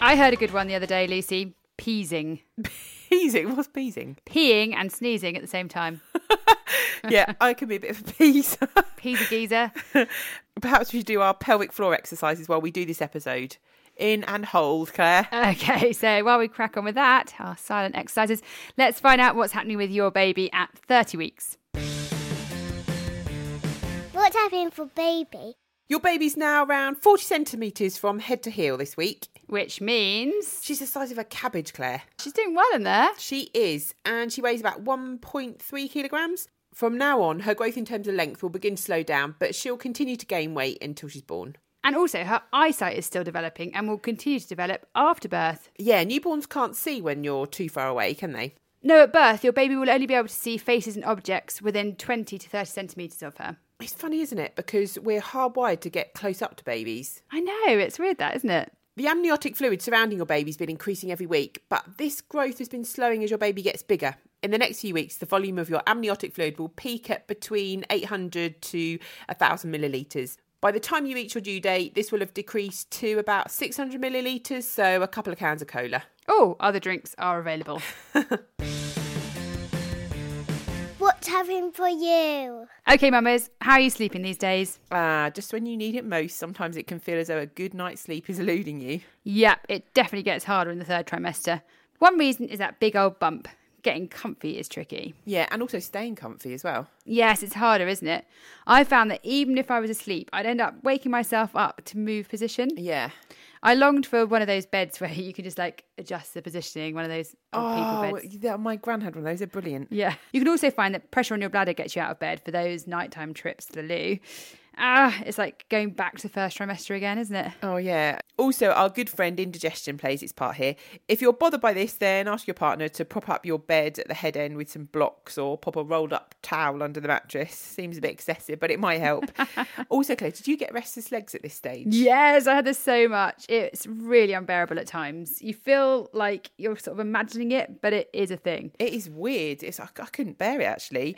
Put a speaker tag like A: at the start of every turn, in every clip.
A: I heard a good one the other day, Lucy. Peasing.
B: Peasing, what's peasing?
A: Peeing and sneezing at the same time.
B: yeah, I can be a bit of a peas.
A: Peas a geezer.
B: Perhaps we should do our pelvic floor exercises while we do this episode. In and hold, Claire.
A: Uh, Okay, so while we crack on with that, our silent exercises, let's find out what's happening with your baby at 30 weeks.
C: What's happening for baby?
B: Your baby's now around 40 centimetres from head to heel this week.
A: Which means
B: She's the size of a cabbage, Claire.
A: she's doing well in there.
B: She is, and she weighs about 1.3 kilograms. From now on, her growth in terms of length will begin to slow down, but she'll continue to gain weight until she's born.
A: And also, her eyesight is still developing and will continue to develop after birth.
B: Yeah, newborns can't see when you're too far away, can they?
A: No, at birth, your baby will only be able to see faces and objects within 20 to 30 centimetres of her.
B: It's funny, isn't it? Because we're hardwired to get close up to babies.
A: I know, it's weird that, isn't it?
B: The amniotic fluid surrounding your baby's been increasing every week, but this growth has been slowing as your baby gets bigger. In the next few weeks, the volume of your amniotic fluid will peak at between 800 to 1,000 millilitres. By the time you reach your due date, this will have decreased to about 600 millilitres, so a couple of cans of cola.
A: Oh, other drinks are available.
C: What's happening for you?
A: okay, mamas, how are you sleeping these days?
B: Ah, just when you need it most, sometimes it can feel as though a good night's sleep is eluding you.
A: Yep, it definitely gets harder in the third trimester. One reason is that big old bump. Getting comfy is tricky.
B: Yeah, and also staying comfy as well.
A: Yes, it's harder, isn't it? I found that even if I was asleep, I'd end up waking myself up to move position.
B: Yeah.
A: I longed for one of those beds where you can just like adjust the positioning, one of those old people
B: Oh,
A: beds.
B: yeah, my gran had one of those. They're brilliant.
A: Yeah. You can also find that pressure on your bladder gets you out of bed for those nighttime trips to the loo. Ah, it's like going back to the first trimester again, isn't it?
B: Oh, yeah. Also, our good friend indigestion plays its part here. If you're bothered by this, then ask your partner to prop up your bed at the head end with some blocks or pop a rolled up towel under the mattress. Seems a bit excessive, but it might help. also, Claire, did you get restless legs at this stage?
A: Yes, I had this so much. It's really unbearable at times. You feel like you're sort of imagining it, but it is a thing.
B: It is weird. It's I, I couldn't bear it actually.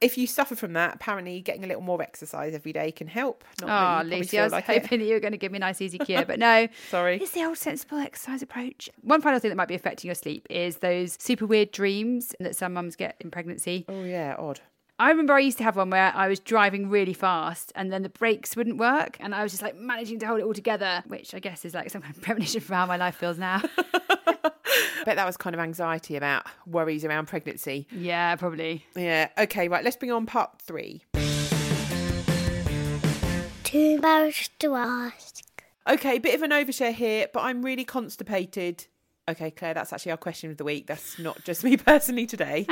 B: If you suffer from that, apparently getting a little more exercise every day can help. Not that
A: Oh,
B: you probably
A: Lucy,
B: feel
A: I was
B: like it.
A: hoping that you were going to give me a nice, easy cure, but no.
B: Sorry.
A: It's the old sensible exercise approach. One final thing that might be affecting your sleep is those super weird dreams that some mums get in pregnancy.
B: Oh yeah, odd.
A: I remember I used to have one where I was driving really fast and then the brakes wouldn't work and I was just like managing to hold it all together, which I guess is like some kind of premonition for how my life feels now.
B: Bet that was kind of anxiety about worries around pregnancy.
A: yeah, probably.
B: Yeah. Okay. Right. Let's bring on part three.
C: Too embarrassed to ask.
B: Okay, bit of an overshare here, but I'm really constipated. Okay, Claire, that's actually our question of the week. That's not just me personally today.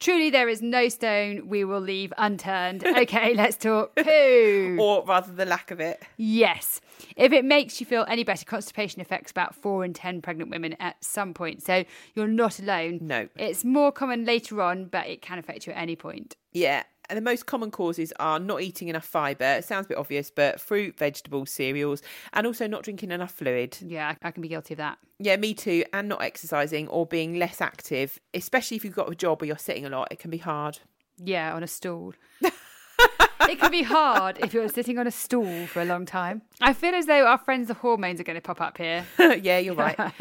A: Truly, there is no stone we will leave unturned. Okay, let's talk poo.
B: or rather, the lack of it.
A: Yes. If it makes you feel any better, constipation affects about four in 10 pregnant women at some point. So you're not alone.
B: No.
A: It's more common later on, but it can affect you at any point.
B: Yeah. And the most common causes are not eating enough fibre. It sounds a bit obvious, but fruit, vegetables, cereals, and also not drinking enough fluid.
A: Yeah, I can be guilty of that.
B: Yeah, me too. And not exercising or being less active, especially if you've got a job where you're sitting a lot. It can be hard.
A: Yeah, on a stool. it can be hard if you're sitting on a stool for a long time. I feel as though our friends the hormones are going to pop up here.
B: yeah, you're right. Uh,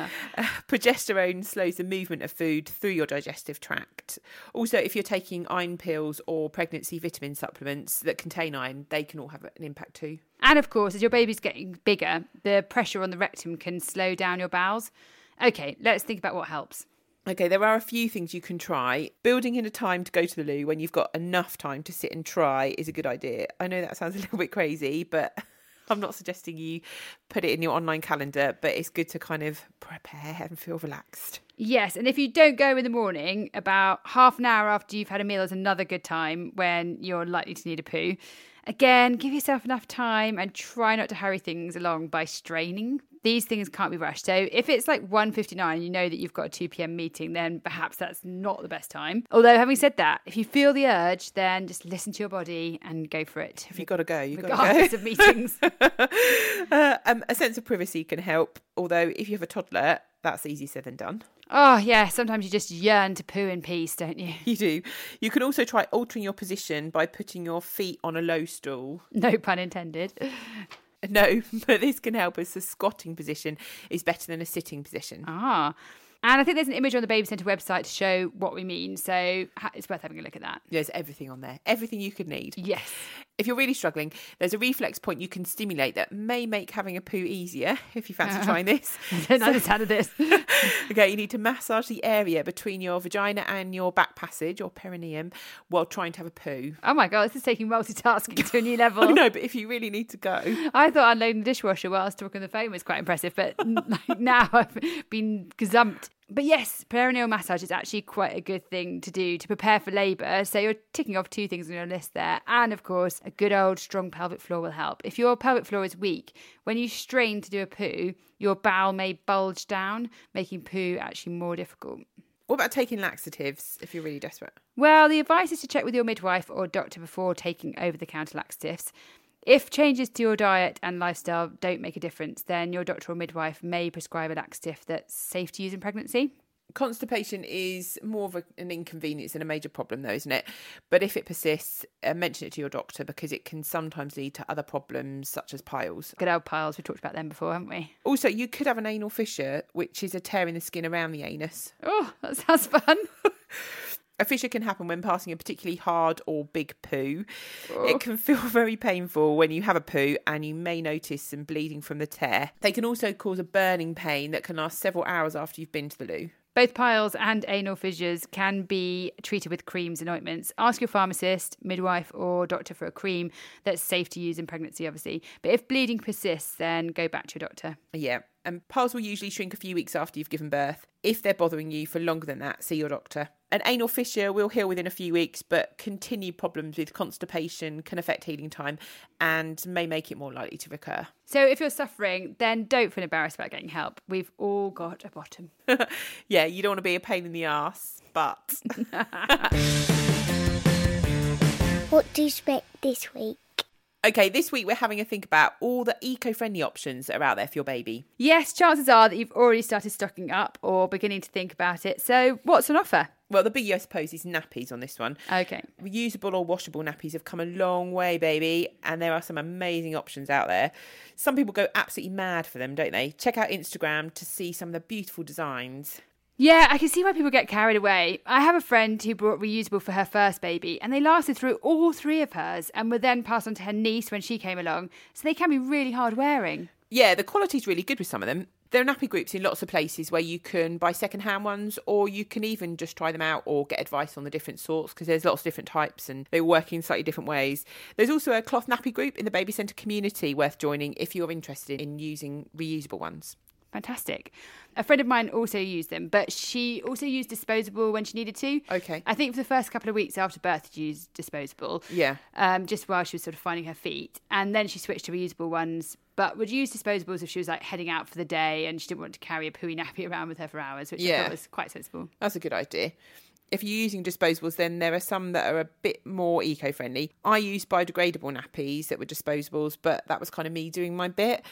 B: progesterone slows the movement of food through your digestive tract. Also, if you're taking iron pills or pregnancy vitamin supplements that contain iron, they can all have an impact too.
A: And of course, as your baby's getting bigger, the pressure on the rectum can slow down your bowels. Okay, let's think about what helps.
B: Okay, there are a few things you can try. Building in a time to go to the loo when you've got enough time to sit and try is a good idea. I know that sounds a little bit crazy, but I'm not suggesting you put it in your online calendar, but it's good to kind of prepare and feel relaxed.
A: Yes, and if you don't go in the morning, about half an hour after you've had a meal is another good time when you're likely to need a poo. Again, give yourself enough time and try not to hurry things along by straining. These things can't be rushed. So if it's like 1.59 and you know that you've got a 2 p.m. meeting, then perhaps that's not the best time. Although having said that, if you feel the urge, then just listen to your body and go for it.
B: If you got to go, you got to
A: Regardless
B: go.
A: of meetings.
B: Uh, um, a sense of privacy can help, although if you have a toddler, that's easier said than done.
A: Oh yeah, sometimes you just yearn to poo in peace, don't you?
B: You do. You can also try altering your position by putting your feet on a low stool.
A: No pun intended.
B: No, but this can help as the squatting position is better than a sitting position.
A: Ah. And I think there's an image on the Baby Centre website to show what we mean. So ha- it's worth having a look at that.
B: There's everything on there, everything you could need.
A: Yes.
B: If you're really struggling, there's a reflex point you can stimulate that may make having a poo easier if you fancy trying this.
A: Don't understand this.
B: okay, you need to massage the area between your vagina and your back passage or perineum while trying to have a poo.
A: Oh my God, this is taking multitasking to a new level.
B: I know, but if you really need to go,
A: I thought unloading the dishwasher whilst talking on the phone was quite impressive, but like now I've been gazumped. But yes, perineal massage is actually quite a good thing to do to prepare for labour. So you're ticking off two things on your list there. And of course, a good old strong pelvic floor will help. If your pelvic floor is weak, when you strain to do a poo, your bowel may bulge down, making poo actually more difficult.
B: what about taking laxatives if you're really desperate?
A: Well, the advice is to check with your midwife or doctor before taking over the counter laxatives. If changes to your diet and lifestyle don't make a difference, then your doctor or midwife may prescribe a laxative that's safe to use in pregnancy.
B: Constipation is more of a, an inconvenience and a major problem, though, isn't it? But if it persists, uh, mention it to your doctor because it can sometimes lead to other problems such as piles.
A: Good old piles, we've talked about them before, haven't we?
B: Also, you could have an anal fissure, which is a tear in the skin around the anus.
A: Oh, that sounds fun.
B: A fissure can happen when passing a particularly hard or big poo. It can feel very painful when you have a poo and you may notice some bleeding from the tear. They can also cause a burning pain that can last several hours after you've been to the loo.
A: Both piles and anal fissures can be treated with creams and ointments. Ask your pharmacist, midwife, or doctor for a cream that's safe to use in pregnancy, obviously. But if bleeding persists, then go back to your doctor.
B: Yeah, and piles will usually shrink a few weeks after you've given birth. If they're bothering you for longer than that, see your doctor. An anal fissure will heal within a few weeks, but continued problems with constipation can affect healing time and may make it more likely to recur.
A: So if you're suffering, then don't feel embarrassed about getting help. We've all got a bottom.
B: yeah, you don't want to be a pain in the ass, but
C: What do you expect this week?
B: okay, this week we're having a think about all the eco-friendly options that are out there for your baby.
A: Yes, chances are that you've already started stocking up or beginning to think about it. So what's on offer?
B: Well, the biggie I suppose is nappies on this one.
A: Okay.
B: Reusable or washable nappies have come a long way, baby, and there are some amazing options out there. Some people go absolutely mad for them, don't they? Check out Instagram to see some of the beautiful designs.
A: Yeah, I can see why people get carried away. I have a friend who brought reusable for her first baby, and they lasted through all three of hers and were then passed on to her niece when she came along. So they can be really hard wearing.
B: Yeah, the quality's really good with some of them. There are nappy groups in lots of places where you can buy second-hand ones, or you can even just try them out or get advice on the different sorts because there's lots of different types and they work in slightly different ways. There's also a cloth nappy group in the baby centre community worth joining if you're interested in using reusable ones.
A: Fantastic. A friend of mine also used them, but she also used disposable when she needed to.
B: Okay.
A: I think for the first couple of weeks after birth, she used disposable.
B: Yeah.
A: Um, just while she was sort of finding her feet. And then she switched to reusable ones, but would use disposables if she was like heading out for the day and she didn't want to carry a pooey nappy around with her for hours, which I
B: Yeah.
A: thought was quite sensible.
B: That's a good idea. If you're using disposables, then there are some that are a bit more eco friendly. I use biodegradable nappies that were disposables, but that was kind of me doing my bit.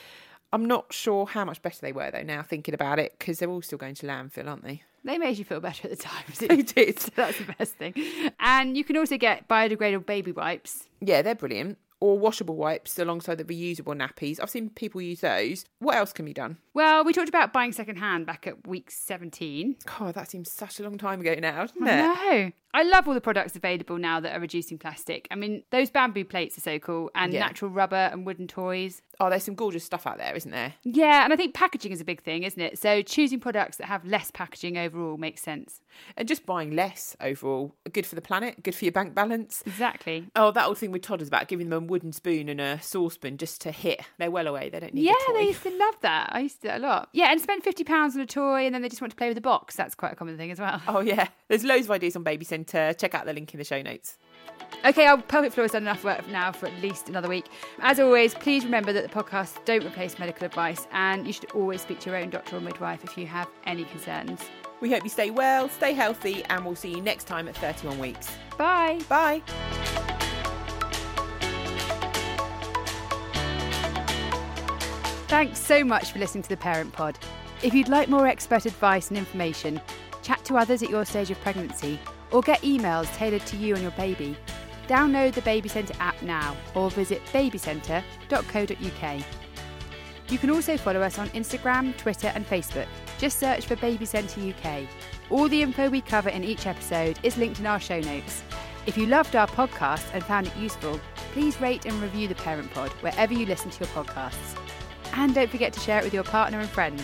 B: I'm not sure how much better they were, though, now thinking about it, because they're all still going to landfill, aren't they?
A: They made you feel better at the time.
B: They did.
A: So that's the best thing. And you can also get biodegradable baby wipes.
B: Yeah, they're brilliant. Or washable wipes alongside the reusable nappies. I've seen people use those. What else can be done?
A: Well, we talked about buying secondhand back at week 17.
B: Oh, that seems such a long time ago now, doesn't it?
A: No. I love all the products available now that are reducing plastic. I mean, those bamboo plates are so cool and
B: Yeah.
A: natural rubber and wooden toys.
B: Oh, there's some gorgeous stuff out there, isn't there?
A: Yeah, and I think packaging is a big thing, isn't it? So choosing products that have less packaging overall makes sense.
B: And just buying less overall, good for the planet, good for your bank balance.
A: Exactly.
B: Oh, that old thing with toddlers about giving them a wooden spoon and a saucepan just to hit. They're well away. They don't need.
A: Yeah,
B: a toy.
A: they used to love that. I used to do that a lot. Yeah, and spend fifty pounds on a toy, and then they just want to play with a box. That's quite a common thing as well.
B: Oh yeah, there's loads of ideas on Baby Centre. Check out the link in the show notes.
A: Okay, our pelvic floor has done enough work now for at least another week. As always, please remember that the podcasts don't replace medical advice, and you should always speak to your own doctor or midwife if you have any concerns.
B: We hope you stay well, stay healthy, and we'll see you next time at 31 weeks.
A: Bye.
B: Bye.
A: Thanks so much for listening to The Parent Pod. If you'd like more expert advice and information, chat to others at your stage of pregnancy, or get emails tailored to you and your baby, download the Baby Centre app now or visit babycentre.co.uk. You can also follow us on Instagram, Twitter, and Facebook. Just search for Baby Centre UK. All the info we cover in each episode is linked in our show notes. If you loved our podcast and found it useful, please rate and review the Parent Pod wherever you listen to your podcasts. And don't forget to share it with your partner and friends.